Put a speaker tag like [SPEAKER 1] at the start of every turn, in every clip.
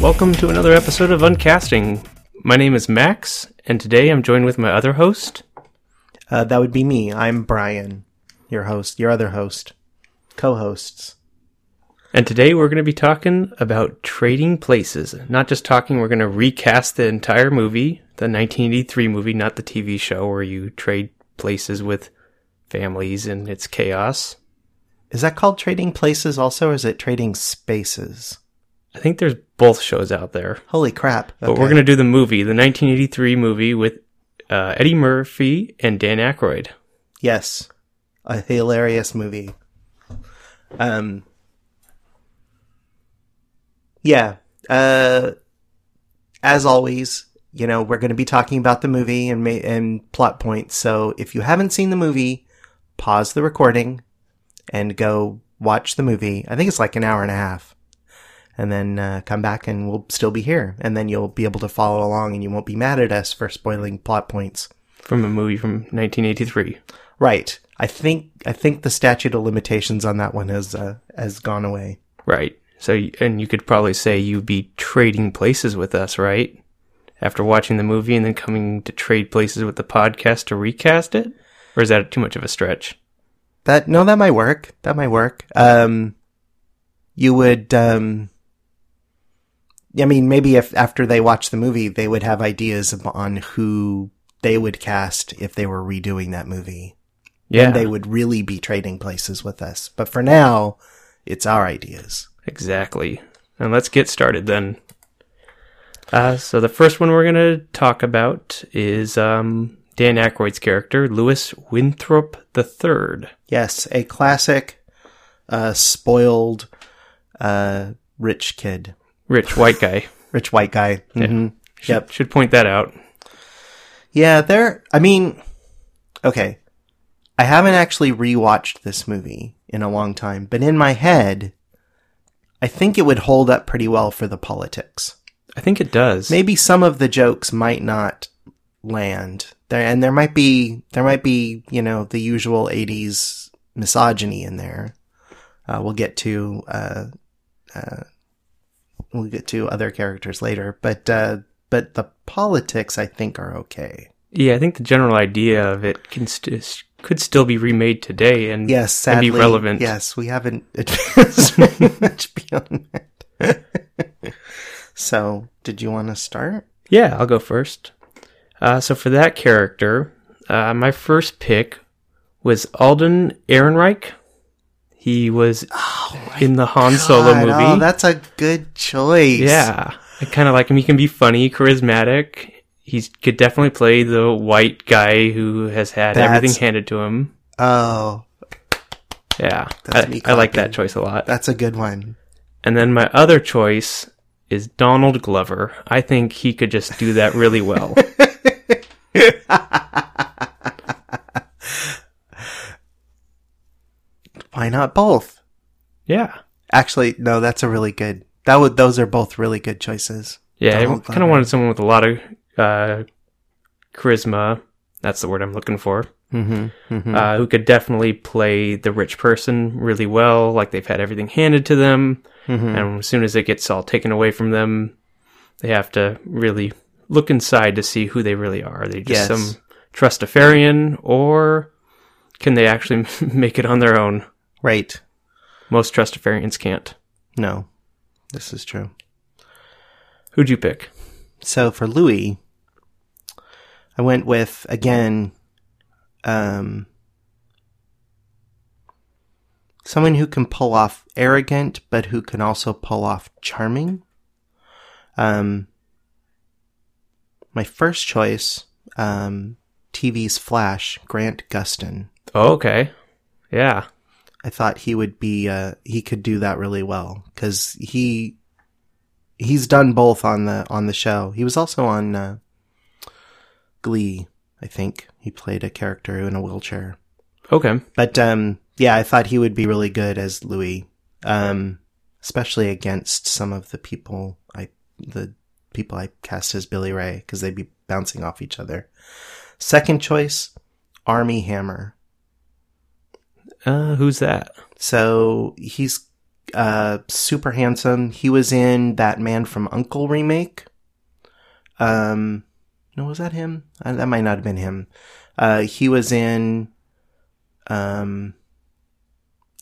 [SPEAKER 1] welcome to another episode of Uncasting. My name is Max, and today I'm joined with my other host.
[SPEAKER 2] Uh, that would be me. I'm Brian, your host, your other host, co hosts.
[SPEAKER 1] And today we're going to be talking about trading places. Not just talking, we're going to recast the entire movie, the 1983 movie, not the TV show where you trade places with families and it's chaos.
[SPEAKER 2] Is that called Trading Places also, or is it Trading Spaces?
[SPEAKER 1] I think there's both shows out there,
[SPEAKER 2] Holy crap.
[SPEAKER 1] but we're going to do the movie, the 1983 movie with uh, Eddie Murphy and Dan Aykroyd.
[SPEAKER 2] Yes. A hilarious movie. Um. Yeah. Uh, as always, you know, we're going to be talking about the movie and ma- and plot points. So if you haven't seen the movie, pause the recording and go watch the movie. I think it's like an hour and a half. And then uh, come back and we'll still be here. And then you'll be able to follow along and you won't be mad at us for spoiling plot points.
[SPEAKER 1] from a movie from 1983.
[SPEAKER 2] Right. I think I think the statute of limitations on that one has uh, has gone away.
[SPEAKER 1] Right. So, y- and you could probably say you'd be trading places with us, right? After watching the movie and then coming to trade places with the podcast to recast it? Or is that too much of a stretch?
[SPEAKER 2] That no, that might work. That might work. Um, you would. Um, I mean, maybe if after they watch the movie, they would have ideas ab- on who they would cast if they were redoing that movie.
[SPEAKER 1] Yeah.
[SPEAKER 2] And they would really be trading places with us. But for now, it's our ideas.
[SPEAKER 1] exactly. And let's get started then. Uh, so the first one we're going to talk about is um, Dan Aykroyd's character, Lewis Winthrop III.
[SPEAKER 2] Yes, a classic, uh, spoiled, uh, rich kid.
[SPEAKER 1] Rich white guy.
[SPEAKER 2] rich white guy. hmm
[SPEAKER 1] Should-
[SPEAKER 2] Yep.
[SPEAKER 1] Should point that out.
[SPEAKER 2] Yeah, there. I mean, okay. I haven't actually rewatched this movie in a long time, but in my head, I think it would hold up pretty well for the politics.
[SPEAKER 1] I think it does.
[SPEAKER 2] Maybe some of the jokes might not land there, and there might be there might be you know the usual '80s misogyny in there. Uh, we'll get to uh, uh, we'll get to other characters later, but uh, but the politics I think are okay.
[SPEAKER 1] Yeah, I think the general idea of it can st- could still be remade today, and
[SPEAKER 2] Yes,
[SPEAKER 1] and
[SPEAKER 2] sadly,
[SPEAKER 1] be relevant.
[SPEAKER 2] Yes, we haven't advanced much beyond that. so, did you want to start?
[SPEAKER 1] Yeah, I'll go first. Uh, so for that character, uh, my first pick was Alden Ehrenreich. He was in the Han Solo
[SPEAKER 2] Oh God,
[SPEAKER 1] movie.
[SPEAKER 2] Oh, that's a good choice.
[SPEAKER 1] yeah, I kind of like him. He can be funny, charismatic. He could definitely play the white guy who has had
[SPEAKER 2] That's-
[SPEAKER 1] everything handed to him.
[SPEAKER 2] Oh,
[SPEAKER 1] Yeah,
[SPEAKER 2] That's
[SPEAKER 1] I-
[SPEAKER 2] me
[SPEAKER 1] I like
[SPEAKER 2] clapping.
[SPEAKER 1] that choice a lot.
[SPEAKER 2] that's a good one.
[SPEAKER 1] And then my other choice is Donald Glover. I think he could just do that really well.
[SPEAKER 2] Why not both?
[SPEAKER 1] yeah.
[SPEAKER 2] Actually, no, that's a really good. That would. Those are both really good choices.
[SPEAKER 1] Yeah,
[SPEAKER 2] Donald
[SPEAKER 1] I kind
[SPEAKER 2] Glover.
[SPEAKER 1] of wanted someone with a lot of uh, charisma. That's the word I'm looking for.
[SPEAKER 2] Mm-hmm. mm-hmm.
[SPEAKER 1] Uh, who could definitely play the rich person really well. Like they've had everything handed to them.
[SPEAKER 2] Mm-hmm.
[SPEAKER 1] And as soon as it gets all taken away from them, they have to really look inside to see who they really are. Are they just
[SPEAKER 2] Yes.
[SPEAKER 1] some trustafarian or can they actually make it on their own?
[SPEAKER 2] Right.
[SPEAKER 1] Most Trustafarians can't.
[SPEAKER 2] No, this is true.
[SPEAKER 1] Who'd you pick?
[SPEAKER 2] So for Louis, I went with again, um, someone who can pull off arrogant, but who can also pull off charming. Um, my first choice, um, TV's Flash, Grant Gustin.
[SPEAKER 1] Oh, okay. Yeah.
[SPEAKER 2] I thought he would be uh he could do that really well cuz he he's done both on the on the show. He was also on uh Glee, I think. He played a character in a wheelchair.
[SPEAKER 1] Okay.
[SPEAKER 2] But um yeah, I thought he would be really good as Louis. Um especially against some of the people I the people I cast as Billy Ray cuz they'd be bouncing off each other. Second choice, Army Hammer.
[SPEAKER 1] Uh, who's that?
[SPEAKER 2] So he's uh, super handsome. He was in that Man from Uncle remake. Um, no, was that him? Uh, that might not have been him. Uh, he was in. Um,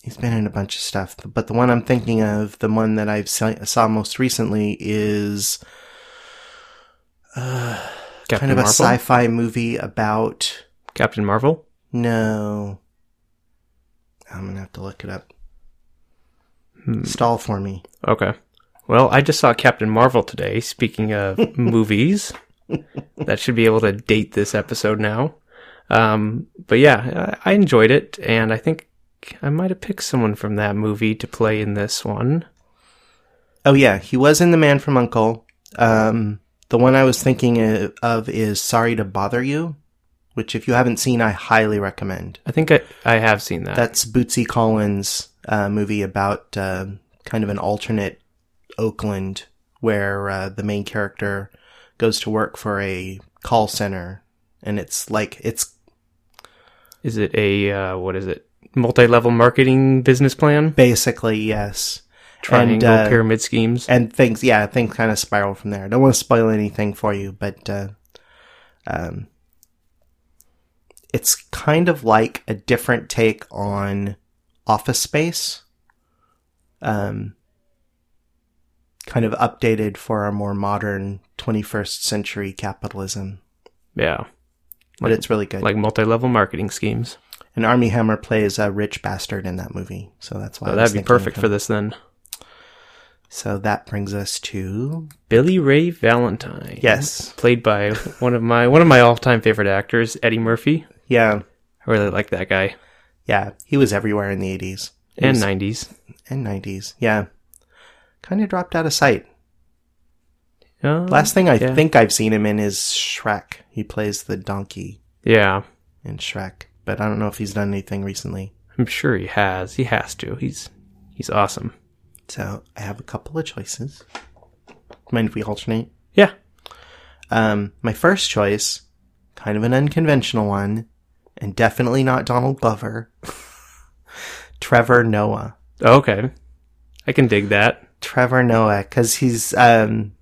[SPEAKER 2] he's been in a bunch of stuff, but the one I'm thinking of, the one that I've se- saw most recently, is uh,
[SPEAKER 1] Captain
[SPEAKER 2] kind of a
[SPEAKER 1] Marvel.
[SPEAKER 2] sci-fi movie about.
[SPEAKER 1] Captain Marvel.
[SPEAKER 2] No, I'm gonna have to look it up.
[SPEAKER 1] Hmm.
[SPEAKER 2] Stall for me.
[SPEAKER 1] Okay. Well, I just saw Captain Marvel today. Speaking of movies, that should be able to date this episode now. Um, but yeah, I I enjoyed it, and I think I might have picked someone from that movie to play in this one.
[SPEAKER 2] Oh yeah, he was in The Man from Uncle. Um, the one I was thinking i- of is Sorry to Bother You, which if you haven't seen, I highly recommend.
[SPEAKER 1] I think I, I have seen that.
[SPEAKER 2] That's Bootsy Collins' uh, movie about uh, kind of an alternate Oakland where uh, the main character goes to work for a call center, and it's like it's
[SPEAKER 1] Is it a uh, what is it? Multi-level marketing business plan,
[SPEAKER 2] basically yes,
[SPEAKER 1] triangle
[SPEAKER 2] uh,
[SPEAKER 1] pyramid schemes.
[SPEAKER 2] and things yeah things kind of spiral from there. I don't want to spoil anything for you, but uh, um, it's kind of like a different take on Office Space, um, kind of updated for our more modern 21st century capitalism.
[SPEAKER 1] yeah,
[SPEAKER 2] But
[SPEAKER 1] Like-
[SPEAKER 2] it's really good.
[SPEAKER 1] like multi-level marketing schemes.
[SPEAKER 2] and Army Hammer plays a rich bastard in that movie, so that's why.
[SPEAKER 1] So
[SPEAKER 2] I was
[SPEAKER 1] Oh, that'd be
[SPEAKER 2] thinking of
[SPEAKER 1] perfect
[SPEAKER 2] him.
[SPEAKER 1] for this then.
[SPEAKER 2] So that brings us to
[SPEAKER 1] Billy Ray Valentine.
[SPEAKER 2] yes,
[SPEAKER 1] played by one of my one of my all-time favorite actors, Eddie Murphy.
[SPEAKER 2] yeah,
[SPEAKER 1] I really like that guy.
[SPEAKER 2] yeah. He was everywhere in the 80s. He
[SPEAKER 1] And
[SPEAKER 2] was-
[SPEAKER 1] 90s.
[SPEAKER 2] and 90s. Yeah. Kind of dropped out of sight.
[SPEAKER 1] Uh,
[SPEAKER 2] Last thing I
[SPEAKER 1] yeah.
[SPEAKER 2] think I've seen him in is Shrek. He plays the donkey
[SPEAKER 1] Yeah,
[SPEAKER 2] in Shrek, but I don't know if he's done anything recently.
[SPEAKER 1] I'm sure he has. He has to. He's he's awesome.
[SPEAKER 2] So I have a couple of choices. Mind if we alternate?
[SPEAKER 1] Yeah.
[SPEAKER 2] Um, my first choice, kind of an unconventional one, and definitely not Donald Glover. Trevor Noah.
[SPEAKER 1] Okay. I can dig that.
[SPEAKER 2] Trevor Noah because he's um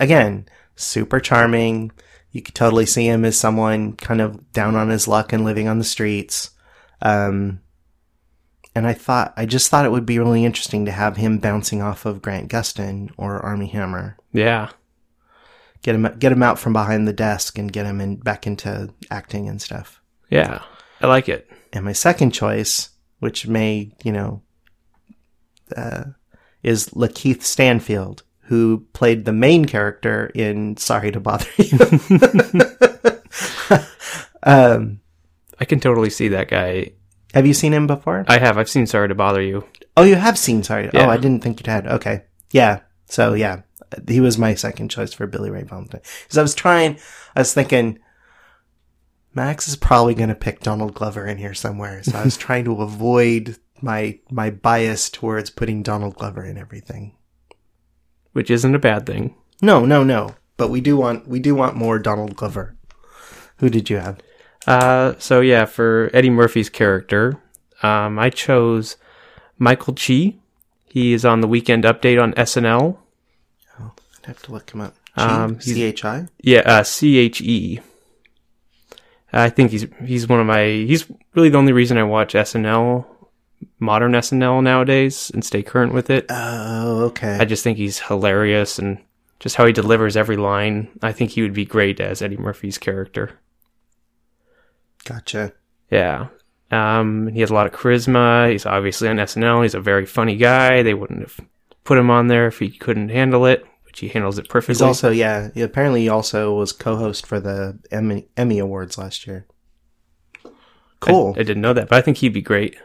[SPEAKER 2] again super charming. You could totally see him as someone kind of down on his luck and living on the streets. Um, and I thought I just thought it would be really interesting to have him bouncing off of Grant Gustin or Army Hammer.
[SPEAKER 1] Yeah.
[SPEAKER 2] Get him get him out from behind the desk and get him in back into acting and stuff.
[SPEAKER 1] Yeah. I like it.
[SPEAKER 2] And my second choice, which may, you know, uh, is Lakeith Stanfield, who played the main character in Sorry to Bother You. um,
[SPEAKER 1] I can totally see that guy.
[SPEAKER 2] have you seen him before?
[SPEAKER 1] I have. I've seen Sorry to Bother You.
[SPEAKER 2] oh, you have seen Sorry.
[SPEAKER 1] Yeah.
[SPEAKER 2] Oh, I didn't think you'd had. Okay. Yeah. So, yeah. He was my second choice for Billy Ray Valentine. Because I was trying, I was thinking, Max is probably going to pick Donald Glover in here somewhere. So I was trying to avoid my my bias towards putting Donald Glover in everything.
[SPEAKER 1] which isn't a bad thing.
[SPEAKER 2] No, no, no. But we do want we do want more Donald Glover. Who did you have?
[SPEAKER 1] Uh, so yeah, for Eddie Murphy's character, um, I chose Michael Chi. He is on the Weekend Update on SNL.
[SPEAKER 2] I'd have to look him up.
[SPEAKER 1] Um, he's-
[SPEAKER 2] C H I.
[SPEAKER 1] Yeah, uh, C H E. I think he's he's one of my he's really the only reason I watch SNL, modern SNL nowadays, and stay current with it.
[SPEAKER 2] Oh, okay.
[SPEAKER 1] I just think he's hilarious and just how he delivers every line. I think he would be great as Eddie Murphy's character.
[SPEAKER 2] gotcha.
[SPEAKER 1] Yeah. Um, he has a lot of charisma. He's obviously on SNL. He's a very funny guy. They wouldn't have put him on there if he couldn't handle it, which he handles it perfectly.
[SPEAKER 2] He's also yeah. Apparently, he also was co-host for the Emmy, Emmy Awards last year.
[SPEAKER 1] I-
[SPEAKER 2] Cool.
[SPEAKER 1] I, didn't know that, but I think he'd be great.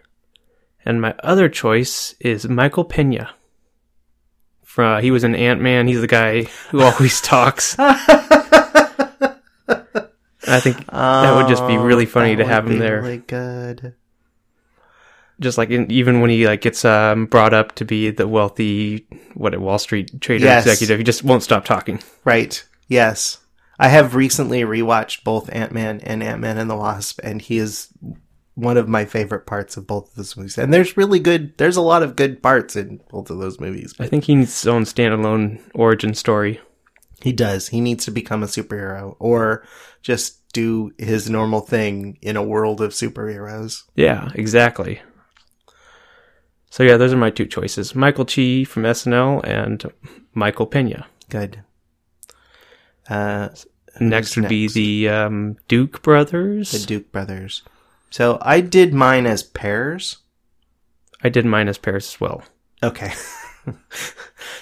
[SPEAKER 1] And my other choice is Michael Pena. From he was an Ant Man. He's the guy who always talks. I think that would just be really funny
[SPEAKER 2] Oh, Um,
[SPEAKER 1] to
[SPEAKER 2] That would
[SPEAKER 1] have him
[SPEAKER 2] be
[SPEAKER 1] there.
[SPEAKER 2] Really good.
[SPEAKER 1] just like in, even when he like gets um, brought up to be the wealthy what Wall Street trader
[SPEAKER 2] Yes.
[SPEAKER 1] executive, he just won't stop talking.
[SPEAKER 2] Right. Yes. I have recently rewatched both Ant Man and Ant Man and the Wasp, and he is one of my favorite parts of both of those movies. And there's really good, there's a lot of good parts in both of those movies.
[SPEAKER 1] I
[SPEAKER 2] But
[SPEAKER 1] think he needs his own standalone origin story.
[SPEAKER 2] he does. He needs to become a superhero or just do his normal thing in a world of superheroes.
[SPEAKER 1] Yeah, exactly. So yeah, those are my two choices: Michael Chi from SNL and Michael Pena.
[SPEAKER 2] Good. Uh,
[SPEAKER 1] Next would be
[SPEAKER 2] next?
[SPEAKER 1] the um, Duke brothers.
[SPEAKER 2] the Duke brothers. So I did mine as pairs.
[SPEAKER 1] I did mine as Paris as well.
[SPEAKER 2] Okay.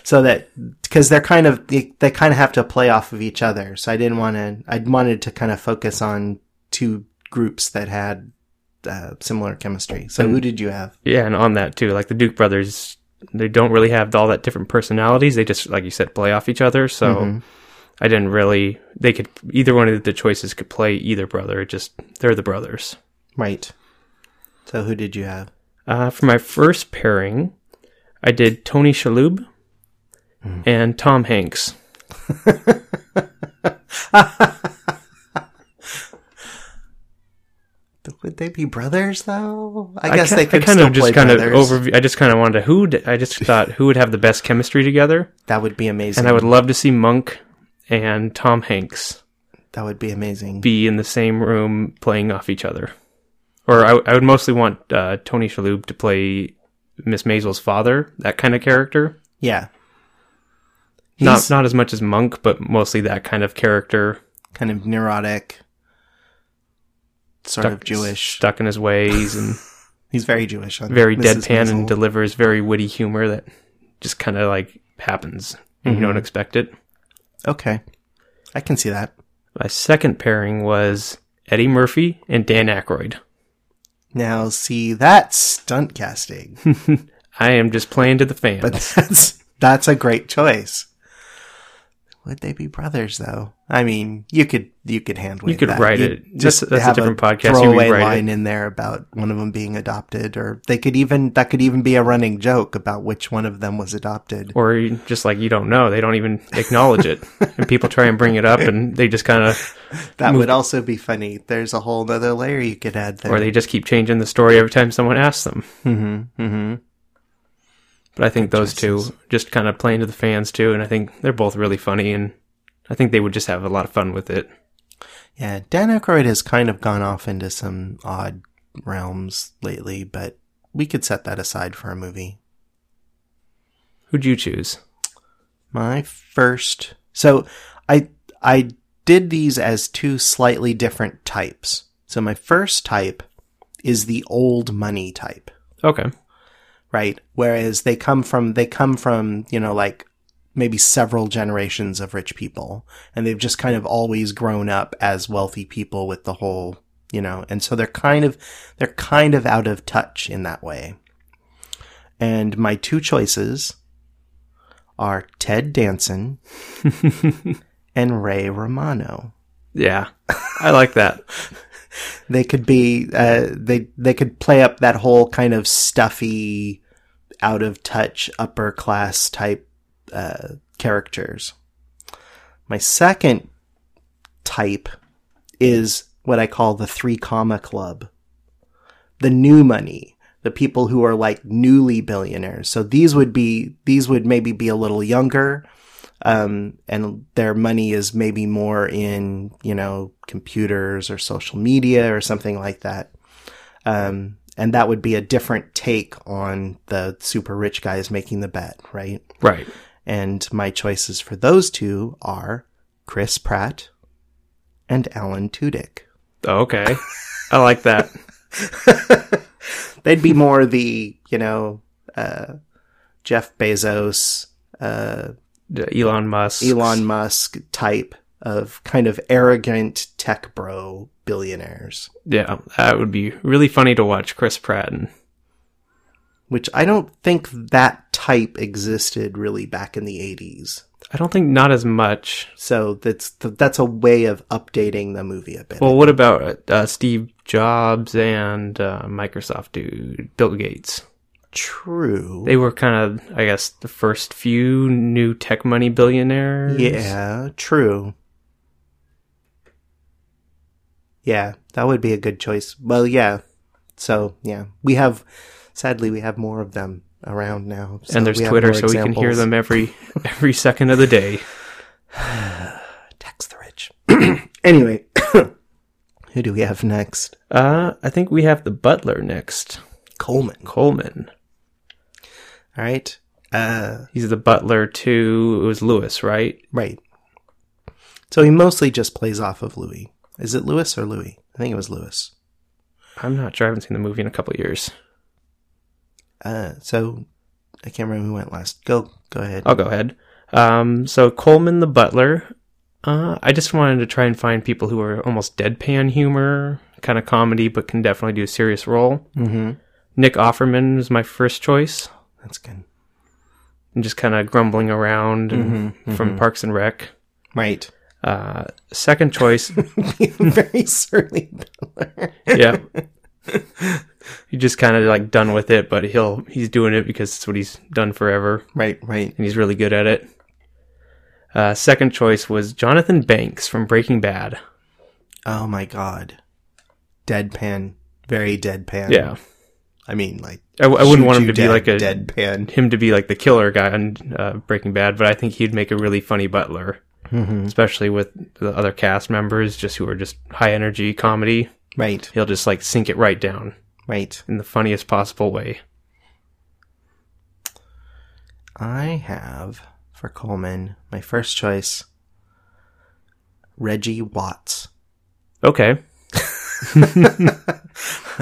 [SPEAKER 2] so that because they're kind of they, they kind of have to play off of each other. So I didn't want to. I wanted to kind of focus on two groups that had uh, similar chemistry.
[SPEAKER 1] Hmm.
[SPEAKER 2] So who did you have?
[SPEAKER 1] Yeah, and on that too, like the Duke brothers, they don't really have all that different personalities. They just, like you said, play off each other. So
[SPEAKER 2] Mm-hmm.
[SPEAKER 1] I didn't really. They could either one of the choices could play either brother. It just they're the brothers.
[SPEAKER 2] Right. So who did you have?
[SPEAKER 1] Uh, for my first pairing, I did Tony Shalhoub
[SPEAKER 2] Hmm.
[SPEAKER 1] and Tom Hanks.
[SPEAKER 2] Would they be brothers though? I,
[SPEAKER 1] I
[SPEAKER 2] guess
[SPEAKER 1] ki-
[SPEAKER 2] they could
[SPEAKER 1] I kind
[SPEAKER 2] still
[SPEAKER 1] of just
[SPEAKER 2] play
[SPEAKER 1] kind
[SPEAKER 2] brothers.
[SPEAKER 1] of over. I just kind of wanted to, who. d- I just thought who would have the best chemistry together,
[SPEAKER 2] that would be amazing.
[SPEAKER 1] and I would love to see Monk and Tom Hanks
[SPEAKER 2] that would be amazing.
[SPEAKER 1] be in the same room playing off each other. Or I, I would mostly want uh, Tony Shalhoub to play Miss Maisel's father, that kind of character.
[SPEAKER 2] yeah.
[SPEAKER 1] Not
[SPEAKER 2] He's-
[SPEAKER 1] not as much as Monk, but mostly that kind of character.
[SPEAKER 2] kind of neurotic, sort
[SPEAKER 1] stuck-
[SPEAKER 2] of Jewish.
[SPEAKER 1] stuck in his ways, and
[SPEAKER 2] He's very Jewish. on
[SPEAKER 1] very
[SPEAKER 2] Mrs.
[SPEAKER 1] deadpan, and
[SPEAKER 2] Maisel.
[SPEAKER 1] delivers very witty humor that just kind of like happens. and
[SPEAKER 2] Mm-hmm.
[SPEAKER 1] You don't expect it.
[SPEAKER 2] okay, I can see that.
[SPEAKER 1] My second pairing was Eddie Murphy and Dan Aykroyd.
[SPEAKER 2] Now, see that's stunt casting,
[SPEAKER 1] I am just playing to the fans.
[SPEAKER 2] but that's that's a great choice. Would they be brothers though? I mean, you could you could hand wave
[SPEAKER 1] could
[SPEAKER 2] that.
[SPEAKER 1] write
[SPEAKER 2] You
[SPEAKER 1] it. That's- that's a
[SPEAKER 2] have
[SPEAKER 1] different podcast. You
[SPEAKER 2] Throwaway
[SPEAKER 1] rewrite it.
[SPEAKER 2] line in there about one of them being adopted, or they could even that could even be a running joke about which one of them was adopted.
[SPEAKER 1] or you- just like you don't know they don't even acknowledge it and people try and bring it up and they just kind of
[SPEAKER 2] That would also be funny. There's a whole other layer you could add there.
[SPEAKER 1] or they just keep changing the story every time someone asks them
[SPEAKER 2] mm-hmm, mm-hmm.
[SPEAKER 1] but i think those two just kind of playing to the fans too and i think they're both really funny and i think they would just have a lot of fun with it
[SPEAKER 2] Yeah, Dan Aykroyd has kind of gone off into some odd realms lately, but we could set that aside for a movie.
[SPEAKER 1] who'd you choose
[SPEAKER 2] My first, so I I did these as two slightly different types. So my first type is the old money type,
[SPEAKER 1] okay
[SPEAKER 2] right? Whereas they come from they come from you know like maybe several generations of rich people, and they've just kind of always grown up as wealthy people with the whole, you know, and so they're kind of, they're kind of out of touch in that way. And my two choices are Ted Danson and Ray Romano.
[SPEAKER 1] yeah i like that
[SPEAKER 2] They could be, uh, they, they could play up that whole kind of stuffy, out of touch, upper class type, uh, characters. My second type is what I call the three comma club. The new money, the people who are like newly billionaires. So these would be, these would maybe be a little younger. Um, and their money is maybe more in, you know, computers or social media or something like that. Um, and that would be a different take on the super rich guys making the bet, right?
[SPEAKER 1] right
[SPEAKER 2] And my choices for those two are Chris Pratt and Alan Tudyk.
[SPEAKER 1] Oh, okay i like that
[SPEAKER 2] They'd be more the, you know, uh, Jeff Bezos, uh,
[SPEAKER 1] The elon musk
[SPEAKER 2] Elon Musk type of kind of arrogant tech bro billionaires,
[SPEAKER 1] yeah that would be really funny to watch chris pratt and
[SPEAKER 2] which I don't think that type existed really back in the 80s.
[SPEAKER 1] i don't think not as much
[SPEAKER 2] So that's that's a way of updating the movie a bit.
[SPEAKER 1] Well, what about uh, Steve Jobs and uh, Microsoft dude, Bill Gates?
[SPEAKER 2] True.
[SPEAKER 1] They were kind of, I guess, the first few new tech money billionaires.
[SPEAKER 2] Yeah, true. Yeah, that would be a good choice. Well, yeah, So yeah, we have sadly we have more of them around now. So
[SPEAKER 1] and there's
[SPEAKER 2] we have
[SPEAKER 1] Twitter,
[SPEAKER 2] more
[SPEAKER 1] so we can hear
[SPEAKER 2] examples.
[SPEAKER 1] them every every second of the day.
[SPEAKER 2] Tax the rich. anyway, who do we have next?
[SPEAKER 1] Uh, I think we have the butler next,
[SPEAKER 2] Coleman.
[SPEAKER 1] Coleman.
[SPEAKER 2] All right. Uh,
[SPEAKER 1] He's the butler to it was Lewis, right?
[SPEAKER 2] right. So he mostly just plays off of Louis. Is it Louis or Louis? I think it was Louis.
[SPEAKER 1] I'm not sure. I haven't seen the movie in a couple of years.
[SPEAKER 2] Uh, so I can't remember who went last. Go, go ahead.
[SPEAKER 1] I'll go ahead. Um, so Coleman the butler. Uh, I just wanted to try and find people who are almost deadpan humor, kind of comedy, but can definitely do a serious role.
[SPEAKER 2] Mm-hmm.
[SPEAKER 1] Nick Offerman was my first choice,
[SPEAKER 2] That's good.
[SPEAKER 1] and just kind of grumbling around and from Parks and Rec.
[SPEAKER 2] Right.
[SPEAKER 1] Uh, second choice,
[SPEAKER 2] Very surly.
[SPEAKER 1] yeah. He's just kind of like done with it, but he'll he's doing it because it's what he's done forever,
[SPEAKER 2] Right, right.
[SPEAKER 1] and he's really good at it. Uh, second choice was Jonathan Banks from Breaking Bad.
[SPEAKER 2] Oh my god. Deadpan. Very deadpan.
[SPEAKER 1] Yeah,
[SPEAKER 2] I mean, like,
[SPEAKER 1] I, w- I wouldn't
[SPEAKER 2] shoot
[SPEAKER 1] want him
[SPEAKER 2] you
[SPEAKER 1] to be
[SPEAKER 2] dead,
[SPEAKER 1] like a
[SPEAKER 2] deadpan.
[SPEAKER 1] him to be like the killer guy on uh, Breaking Bad, but I think he'd make a really funny butler,
[SPEAKER 2] Mm-hmm.
[SPEAKER 1] especially with the other cast members, just who are just high energy comedy.
[SPEAKER 2] Right,
[SPEAKER 1] He'll just like sink it right down
[SPEAKER 2] right.
[SPEAKER 1] in the funniest possible way.
[SPEAKER 2] I have for Coleman my first choice Reggie Watts.
[SPEAKER 1] Okay,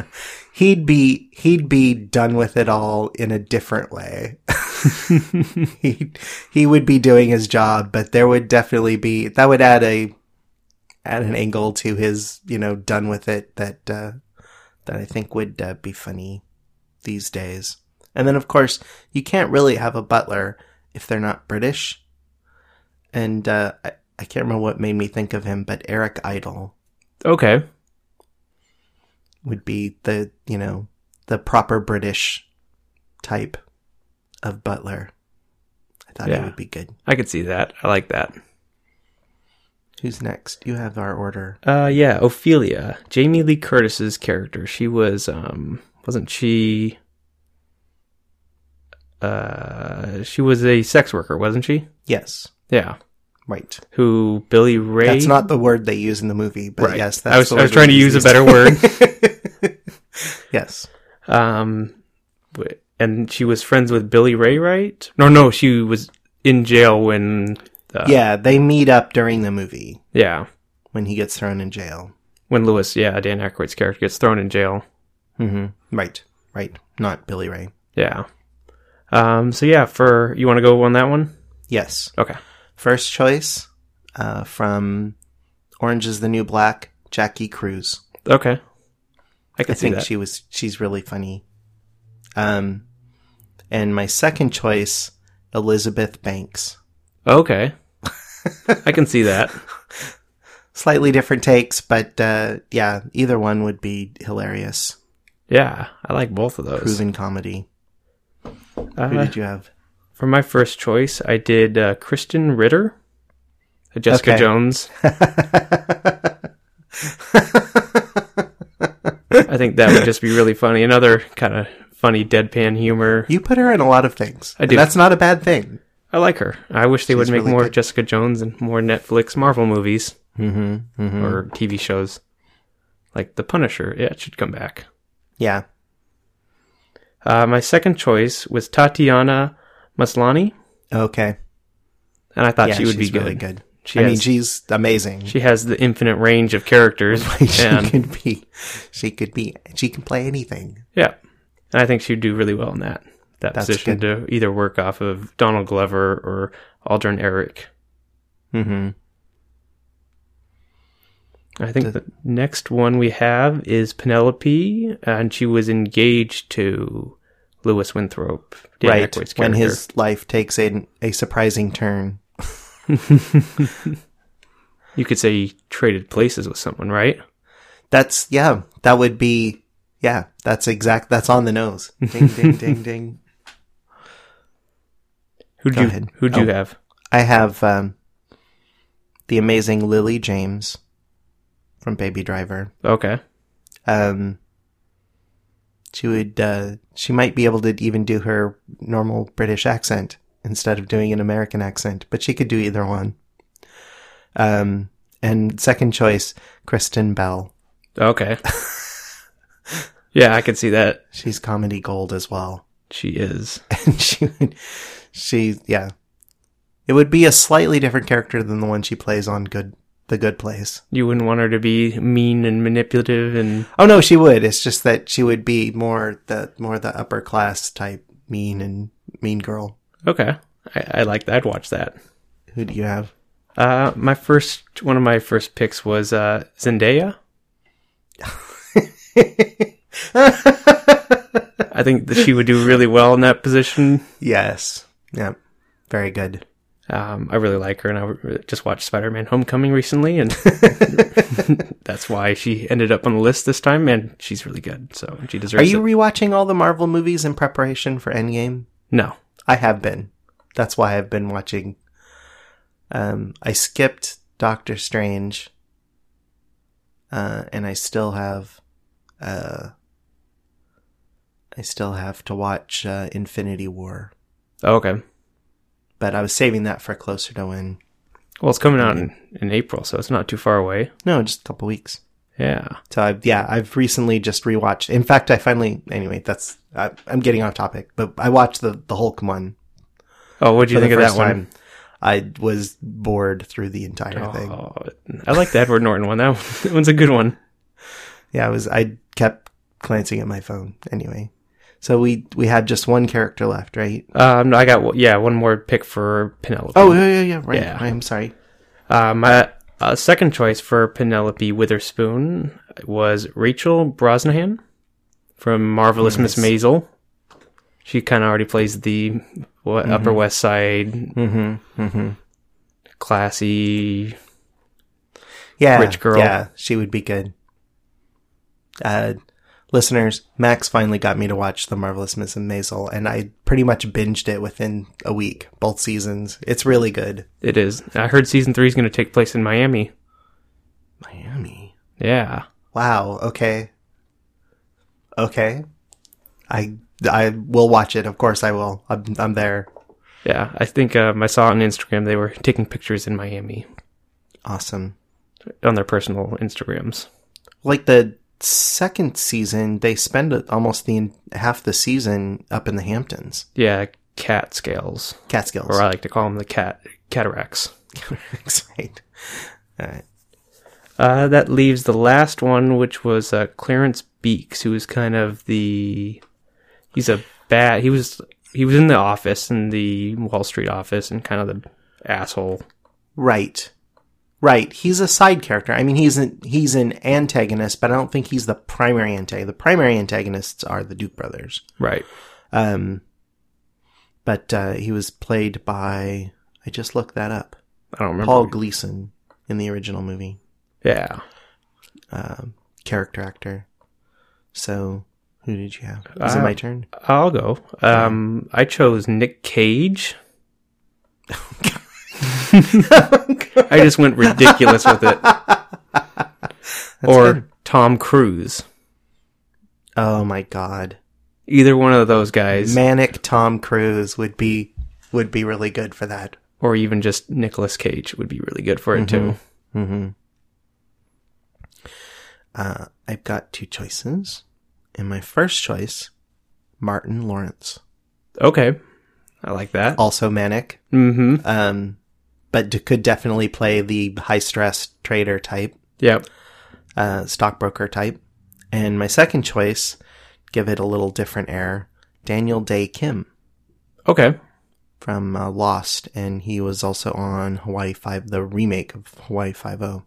[SPEAKER 2] He'd be he'd be done with it all in a different way. he he would be doing his job, but there would definitely be that would add a add an angle to his you know done with it that uh, that I think would uh, be funny these days. And then of course you can't really have a butler if they're not British. And uh, I, I can't remember what made me think of him, but Eric Idle
[SPEAKER 1] okay,
[SPEAKER 2] would be the you know the proper British type of butler. I thought it
[SPEAKER 1] Yeah.
[SPEAKER 2] would be good.
[SPEAKER 1] I could see that. I like that.
[SPEAKER 2] Who's next? You have our order.
[SPEAKER 1] Uh, yeah, Ophelia, Jamie Lee Curtis's character. She was, um, wasn't she? Uh, she was a sex worker, wasn't she?
[SPEAKER 2] Yes,
[SPEAKER 1] Yeah.
[SPEAKER 2] right.
[SPEAKER 1] Who Billy Ray?
[SPEAKER 2] That's not the word they use in the movie, but
[SPEAKER 1] Right.
[SPEAKER 2] yes, that's
[SPEAKER 1] I was,
[SPEAKER 2] the
[SPEAKER 1] I was
[SPEAKER 2] word
[SPEAKER 1] trying to
[SPEAKER 2] we
[SPEAKER 1] use a
[SPEAKER 2] used.
[SPEAKER 1] better word.
[SPEAKER 2] yes,
[SPEAKER 1] Um, w- and she was friends with Billy Ray, right? No, no, she was in jail when. Uh,
[SPEAKER 2] yeah. They meet up during the movie
[SPEAKER 1] yeah,
[SPEAKER 2] when he gets thrown in jail.
[SPEAKER 1] when Lewis, yeah, Dan Aykroyd's character gets thrown in jail.
[SPEAKER 2] Mm-hmm. Right, right. Not Billy Ray.
[SPEAKER 1] Yeah. Um. So yeah, for you want to go on that one?
[SPEAKER 2] Yes.
[SPEAKER 1] Okay.
[SPEAKER 2] First choice uh, from Orange Is the New Black. Jackie Cruz.
[SPEAKER 1] Okay. I
[SPEAKER 2] I
[SPEAKER 1] can see
[SPEAKER 2] think
[SPEAKER 1] that.
[SPEAKER 2] she was she's really funny. Um, and my second choice, Elizabeth Banks.
[SPEAKER 1] Okay. I can see that.
[SPEAKER 2] Slightly different takes, but uh, yeah, either one would be hilarious.
[SPEAKER 1] Yeah, I like both of those.
[SPEAKER 2] Proven comedy. Who
[SPEAKER 1] Uh,
[SPEAKER 2] did you have?
[SPEAKER 1] for my first choice, I did uh, Kristen Ritter, uh, Jessica
[SPEAKER 2] Okay.
[SPEAKER 1] Jones. I think that would just be really funny. Another kind of funny deadpan humor.
[SPEAKER 2] You put her in a lot of things.
[SPEAKER 1] I
[SPEAKER 2] and
[SPEAKER 1] do.
[SPEAKER 2] that's not a bad thing.
[SPEAKER 1] I like her. I wish they would
[SPEAKER 2] She's
[SPEAKER 1] make
[SPEAKER 2] really
[SPEAKER 1] more
[SPEAKER 2] good.
[SPEAKER 1] Jessica Jones and more Netflix Marvel movies
[SPEAKER 2] Mm-hmm.
[SPEAKER 1] or TV shows. Like The Punisher. Yeah, it should come back.
[SPEAKER 2] Yeah.
[SPEAKER 1] Uh, my second choice was Tatiana Maslani,
[SPEAKER 2] Okay.
[SPEAKER 1] and I thought
[SPEAKER 2] Yeah,
[SPEAKER 1] she would
[SPEAKER 2] she's
[SPEAKER 1] be good.
[SPEAKER 2] really good.
[SPEAKER 1] She
[SPEAKER 2] I
[SPEAKER 1] has,
[SPEAKER 2] mean, she's amazing.
[SPEAKER 1] she has the infinite range of characters.
[SPEAKER 2] she
[SPEAKER 1] and
[SPEAKER 2] could be. She could be. She can play anything.
[SPEAKER 1] Yeah. And I think she'd do really well in that that
[SPEAKER 2] That's
[SPEAKER 1] position to either work off of Donald Glover or Aldrin Eric.
[SPEAKER 2] Mm-hmm.
[SPEAKER 1] I think the next one we have is Penelope, and she was engaged to Lewis Winthrop, Dan
[SPEAKER 2] right
[SPEAKER 1] Aykroyd's
[SPEAKER 2] when
[SPEAKER 1] character.
[SPEAKER 2] his life takes a, a surprising turn
[SPEAKER 1] you could say he traded places with someone, right?
[SPEAKER 2] that's yeah that would be yeah that's exact that's on the nose ding ding ding ding
[SPEAKER 1] Who'd
[SPEAKER 2] Go
[SPEAKER 1] you
[SPEAKER 2] ahead. Oh.
[SPEAKER 1] who'd you have?
[SPEAKER 2] i have um the amazing lily james from baby driver
[SPEAKER 1] Okay.
[SPEAKER 2] um She would, uh, she might be able to even do her normal British accent instead of doing an American accent, but she could do either one. Um, and second choice, Kristen Bell.
[SPEAKER 1] Okay. yeah, I could see that.
[SPEAKER 2] She's comedy gold as well.
[SPEAKER 1] She is.
[SPEAKER 2] And she would, she, yeah. It would be a slightly different character than the one she plays on Good, The Good Place.
[SPEAKER 1] You wouldn't want her to be mean and manipulative and
[SPEAKER 2] Oh no, she would. It's just that she would be more the, more the upper class type mean and mean girl.
[SPEAKER 1] okay. I, I like that. I'd watch that.
[SPEAKER 2] Who do you have?
[SPEAKER 1] Uh, my first one of my first picks was uh, Zendaya. I think that she would do really well in that position.
[SPEAKER 2] Yes. Yep. Very good.
[SPEAKER 1] Um, I really like her, and I re- just watched Spider Man Homecoming recently, and that's why she ended up on the list this time. And she's really good, so she
[SPEAKER 2] Are
[SPEAKER 1] deserves
[SPEAKER 2] you
[SPEAKER 1] it.
[SPEAKER 2] rewatching all the Marvel movies in preparation for Endgame?
[SPEAKER 1] No,
[SPEAKER 2] I have been. That's why I've been watching. Um, I skipped Doctor Strange. Uh, and I still have, uh, I still have to watch uh, Infinity War,
[SPEAKER 1] oh, okay.
[SPEAKER 2] but I was saving that for closer to when.
[SPEAKER 1] Well, it's coming out in, in April, so it's not too far away.
[SPEAKER 2] No, just a couple weeks.
[SPEAKER 1] Yeah.
[SPEAKER 2] So I've, yeah, I've recently just rewatched. In fact, I finally. Anyway, that's I, I'm getting off topic, but I watched the the Hulk one.
[SPEAKER 1] Oh, what'd you
[SPEAKER 2] for
[SPEAKER 1] think
[SPEAKER 2] the
[SPEAKER 1] of that
[SPEAKER 2] first
[SPEAKER 1] one?
[SPEAKER 2] time. I was bored through the entire thing.
[SPEAKER 1] Oh, I like the Edward Norton one. That, one. that one's a good one.
[SPEAKER 2] Yeah, I was. I kept glancing at my phone. Anyway, so we we had just one character left, right?
[SPEAKER 1] Um, I got one- yeah one more pick for Penelope.
[SPEAKER 2] Oh yeah, yeah, yeah. Right.
[SPEAKER 1] Yeah.
[SPEAKER 2] I'm sorry.
[SPEAKER 1] Uh, my uh, second choice for Penelope Witherspoon was Rachel Brosnahan from Marvelous Miss Maisel. She kind of already plays the what, Upper West Side,
[SPEAKER 2] Mm-hmm. Mm-hmm.
[SPEAKER 1] classy.
[SPEAKER 2] Yeah.
[SPEAKER 1] Rich girl.
[SPEAKER 2] Yeah, she would be good. Uh, listeners, Max finally got me to watch The Marvelous Miss Maisel, and I pretty much binged it within a week, both seasons. It's really good.
[SPEAKER 1] It is. I heard season three is going to take place in Miami.
[SPEAKER 2] Miami.
[SPEAKER 1] Yeah,
[SPEAKER 2] Wow. Okay. Okay. I I will watch it. Of course, I will. I'm I'm there.
[SPEAKER 1] yeah. I think um, I saw on Instagram they were taking pictures in Miami
[SPEAKER 2] Awesome.
[SPEAKER 1] on their personal Instagrams.
[SPEAKER 2] Like the second season, they spend almost the en- half the season up in the Hamptons,
[SPEAKER 1] Yeah, cat scales,
[SPEAKER 2] Catskills.
[SPEAKER 1] or I like to call them the cat cataracts.
[SPEAKER 2] That's right. All right.
[SPEAKER 1] Uh, that leaves the last one, which was uh, Clarence Beeks, who was kind of the. He's a bad. He was he was in the office in the Wall Street office and kind of the asshole.
[SPEAKER 2] Right. Right. He's a side character. I mean, he's an he's an antagonist, but I don't think he's the primary antagonist. The primary antagonists are the Duke brothers.
[SPEAKER 1] Right.
[SPEAKER 2] Um, but uh, he was played by I just looked that up.
[SPEAKER 1] I don't remember.
[SPEAKER 2] Paul Gleason in the original movie,
[SPEAKER 1] Yeah.
[SPEAKER 2] um, character actor. So who did you have? Is it my
[SPEAKER 1] Um,
[SPEAKER 2] turn?
[SPEAKER 1] I'll go. Um, I chose Nick Cage. I just went ridiculous with it. or Tom Cruise.
[SPEAKER 2] Oh my god.
[SPEAKER 1] Either one of those guys,
[SPEAKER 2] Manic Tom Cruise would be would be really good for that.
[SPEAKER 1] or even just Nicolas Cage, would be really good for it too.
[SPEAKER 2] Mm-hmm. Uh, I've got two choices, and my first choice, Martin Lawrence, Mm-hmm.
[SPEAKER 1] Okay, I like that.
[SPEAKER 2] also manic,
[SPEAKER 1] Mm-hmm.
[SPEAKER 2] um, but d- could definitely play the high stress trader type,
[SPEAKER 1] Yep.
[SPEAKER 2] uh, stockbroker type. And my second choice, give it a little different air, Daniel Day Kim
[SPEAKER 1] Okay.
[SPEAKER 2] from uh, Lost, and he was also on Hawaii Five, the remake of Hawaii Five O.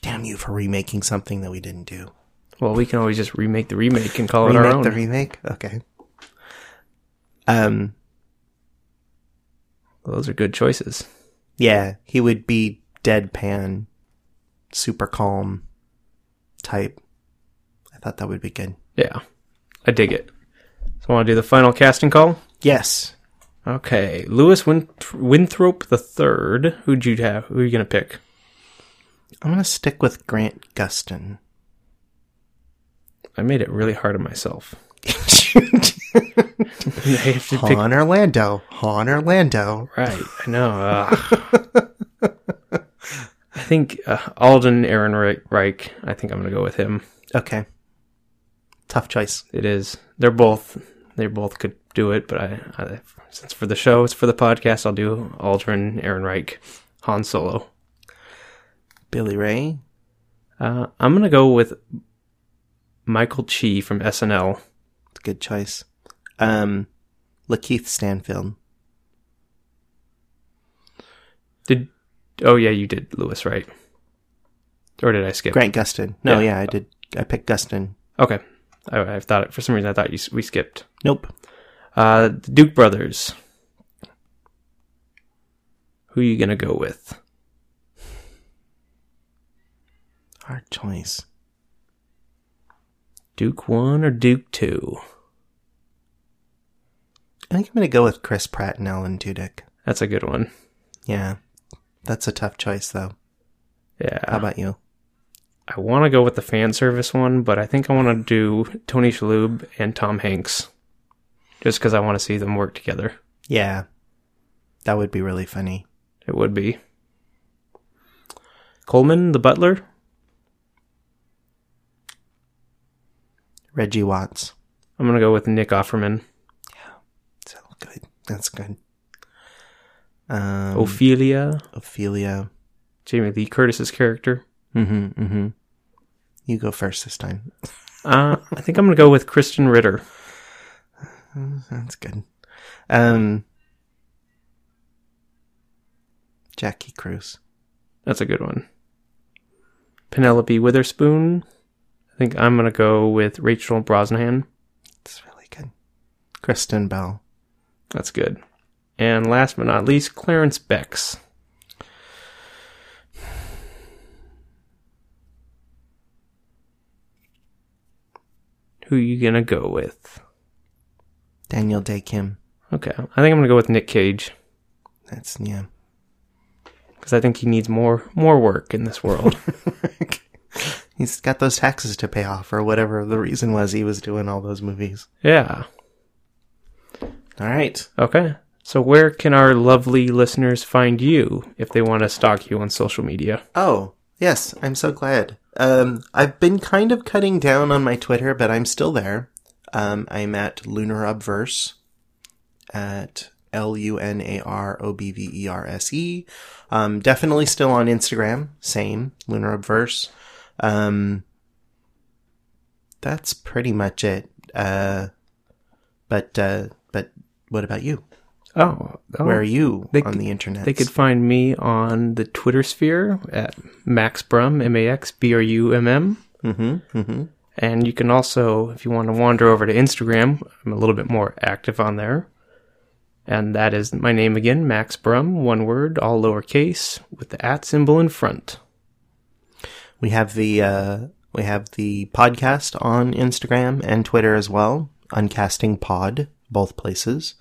[SPEAKER 2] Damn you for remaking something that we didn't do.
[SPEAKER 1] Well, we can always just remake the remake and call it our
[SPEAKER 2] remake
[SPEAKER 1] own.
[SPEAKER 2] the remake. Okay. Um.
[SPEAKER 1] Those are good choices.
[SPEAKER 2] Yeah, he would be deadpan, super calm type. I thought that would be good.
[SPEAKER 1] Yeah. I dig it. So I want to do the final casting call.
[SPEAKER 2] Yes.
[SPEAKER 1] Okay. Lewis Win- Winthrop the third. Who'd you have? Who are you going to pick?
[SPEAKER 2] I'm gonna stick with Grant Gustin.
[SPEAKER 1] I made it really hard on myself. I have to pick.
[SPEAKER 2] Han Orlando. Han Orlando.
[SPEAKER 1] Right. I know. ugh. I think uh, Alden Aaron Reich. I think I'm going to go with him.
[SPEAKER 2] Okay. Tough choice.
[SPEAKER 1] It is. They're both. They both could do it, but I, I since for the show, it's for the podcast. I'll do Aldrin Aaron Reich, Han Solo.
[SPEAKER 2] Billy Ray.
[SPEAKER 1] Uh, I'm gonna go with Michael Chi from SNL.
[SPEAKER 2] It's a good choice. Um, Lakeith Stanfield.
[SPEAKER 1] Did oh yeah, you did Lewis right? Or did I skip?
[SPEAKER 2] Grant Gustin. No,
[SPEAKER 1] Yeah.
[SPEAKER 2] yeah, I did. I picked Gustin.
[SPEAKER 1] Okay, I, I thought for some reason I thought you s- we skipped.
[SPEAKER 2] Nope.
[SPEAKER 1] Uh, the Duke brothers. Who you gonna go with?
[SPEAKER 2] Hard choice.
[SPEAKER 1] Duke one or Duke two?
[SPEAKER 2] I think I'm going to go with Chris Pratt and Alan Tudyk.
[SPEAKER 1] That's a good one.
[SPEAKER 2] Yeah. That's a tough choice, though.
[SPEAKER 1] Yeah.
[SPEAKER 2] How about you?
[SPEAKER 1] I want to go with the fan service one, but I think I want to do Tony Shalhoub and Tom Hanks, just because I want to see them work together.
[SPEAKER 2] Yeah. That would be really funny.
[SPEAKER 1] It would be Coleman the butler.
[SPEAKER 2] Reggie Watts.
[SPEAKER 1] I'm gonna go with Nick Offerman.
[SPEAKER 2] So good. That's good. Um,
[SPEAKER 1] Ophelia,
[SPEAKER 2] Ophelia.
[SPEAKER 1] Jamie Lee Curtis's character.
[SPEAKER 2] Mm-hmm, mm-hmm. You go first this time.
[SPEAKER 1] Uh, I think I'm gonna go with Kristen Ritter.
[SPEAKER 2] That's good. Um, Jackie Cruz.
[SPEAKER 1] That's a good one. Penelope Witherspoon. I think I'm gonna go with Rachel Brosnahan.
[SPEAKER 2] It's really good. Kristen Bell.
[SPEAKER 1] That's good. And last but not least, Clarence Bex. Who you gonna go with?
[SPEAKER 2] Daniel Day Kim.
[SPEAKER 1] Okay, I think I'm gonna go with Nick Cage
[SPEAKER 2] That's, yeah.
[SPEAKER 1] because I think he needs more more work in this world.
[SPEAKER 2] He's got those taxes to pay off or whatever the reason was he was doing all those movies.
[SPEAKER 1] yeah.
[SPEAKER 2] All right.
[SPEAKER 1] Okay. So where can our lovely listeners find you if they want to stalk you on social media?
[SPEAKER 2] Oh, yes, I'm so glad. Um, I've been kind of cutting down on my Twitter, but I'm still there. Um, I'm at Lunar Obverse at L U N A R O B V E R S E. Um, definitely still on Instagram, same Lunar Obverse. Um, that's pretty much it. Uh, but uh, but what about you?
[SPEAKER 1] Oh, oh
[SPEAKER 2] Where are you
[SPEAKER 1] They
[SPEAKER 2] on
[SPEAKER 1] could-
[SPEAKER 2] the internet?
[SPEAKER 1] They could find me on the Twitter sphere at Max Brum, M A X B R U M M.
[SPEAKER 2] Mm-hmm, mm-hmm.
[SPEAKER 1] And you can also, if you want to wander over to Instagram, I'm a little bit more active on there. And that is my name again, Max Brum, one word, all lowercase, with the at symbol in front.
[SPEAKER 2] We have the uh, we have the podcast on Instagram and Twitter as well. Uncasting Pod, both places.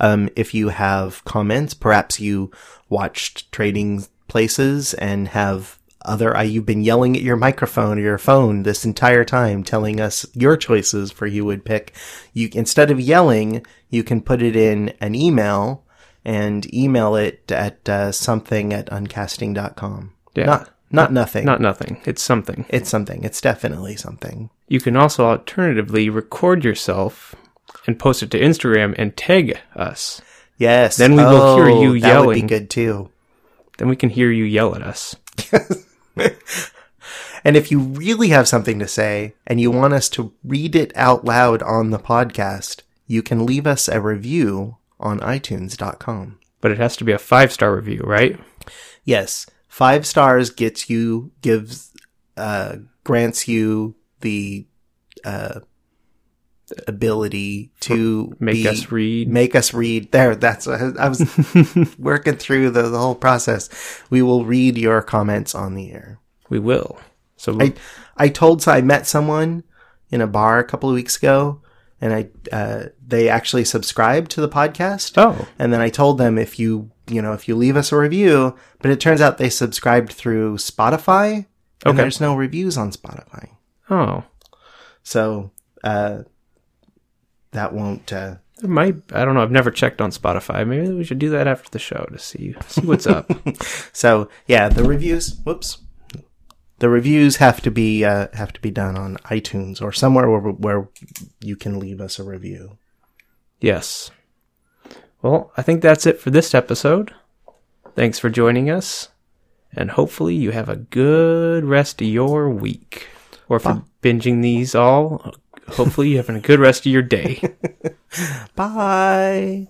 [SPEAKER 2] Um, if you have comments, perhaps you watched Trading Places and have other I you've been yelling at your microphone or your phone this entire time, telling us your choices for you would pick. You instead of yelling, you can put it in an email and email it at uh, something at uncasting.com.
[SPEAKER 1] Yeah.
[SPEAKER 2] Not not nothing.
[SPEAKER 1] Not nothing, it's something.
[SPEAKER 2] It's something. It's definitely something.
[SPEAKER 1] You can also alternatively record yourself and post it to Instagram and tag us.
[SPEAKER 2] Yes. Oh,
[SPEAKER 1] Then we will hear you
[SPEAKER 2] that Would be
[SPEAKER 1] yelling.
[SPEAKER 2] good too.
[SPEAKER 1] Then we can hear you yell at us.
[SPEAKER 2] And if you really have something to say and you want us to read it out loud on the podcast, you can leave us a review on iTunes.com.
[SPEAKER 1] But it has to be a five star review, right?
[SPEAKER 2] Yes, five stars gets you gives uh, grants you the uh, ability to
[SPEAKER 1] Make
[SPEAKER 2] be-
[SPEAKER 1] us read.
[SPEAKER 2] make us read there that's i was working through the, the whole process we will read your comments on the air
[SPEAKER 1] We will. So
[SPEAKER 2] i i told so i met someone in a bar a couple of weeks ago and i uh, they actually subscribed to the podcast
[SPEAKER 1] oh,
[SPEAKER 2] and then i told them if you you know if you leave us a review but it turns out they subscribed through spotify and
[SPEAKER 1] Okay.
[SPEAKER 2] there's no reviews on spotify
[SPEAKER 1] oh,
[SPEAKER 2] so uh that won't. Uh,
[SPEAKER 1] There might I don't know. I've never checked on Spotify. Maybe we should do that after the show to see see what's up.
[SPEAKER 2] so yeah, the reviews. Whoops. The reviews have to be uh, have to be done on iTunes or somewhere where where you can leave us a review.
[SPEAKER 1] Yes. Well, I think that's it for this episode. Thanks for joining us, and hopefully you have a good rest of your week. Or if you're binging these all, hopefully you're having a good rest of your day.
[SPEAKER 2] Bye.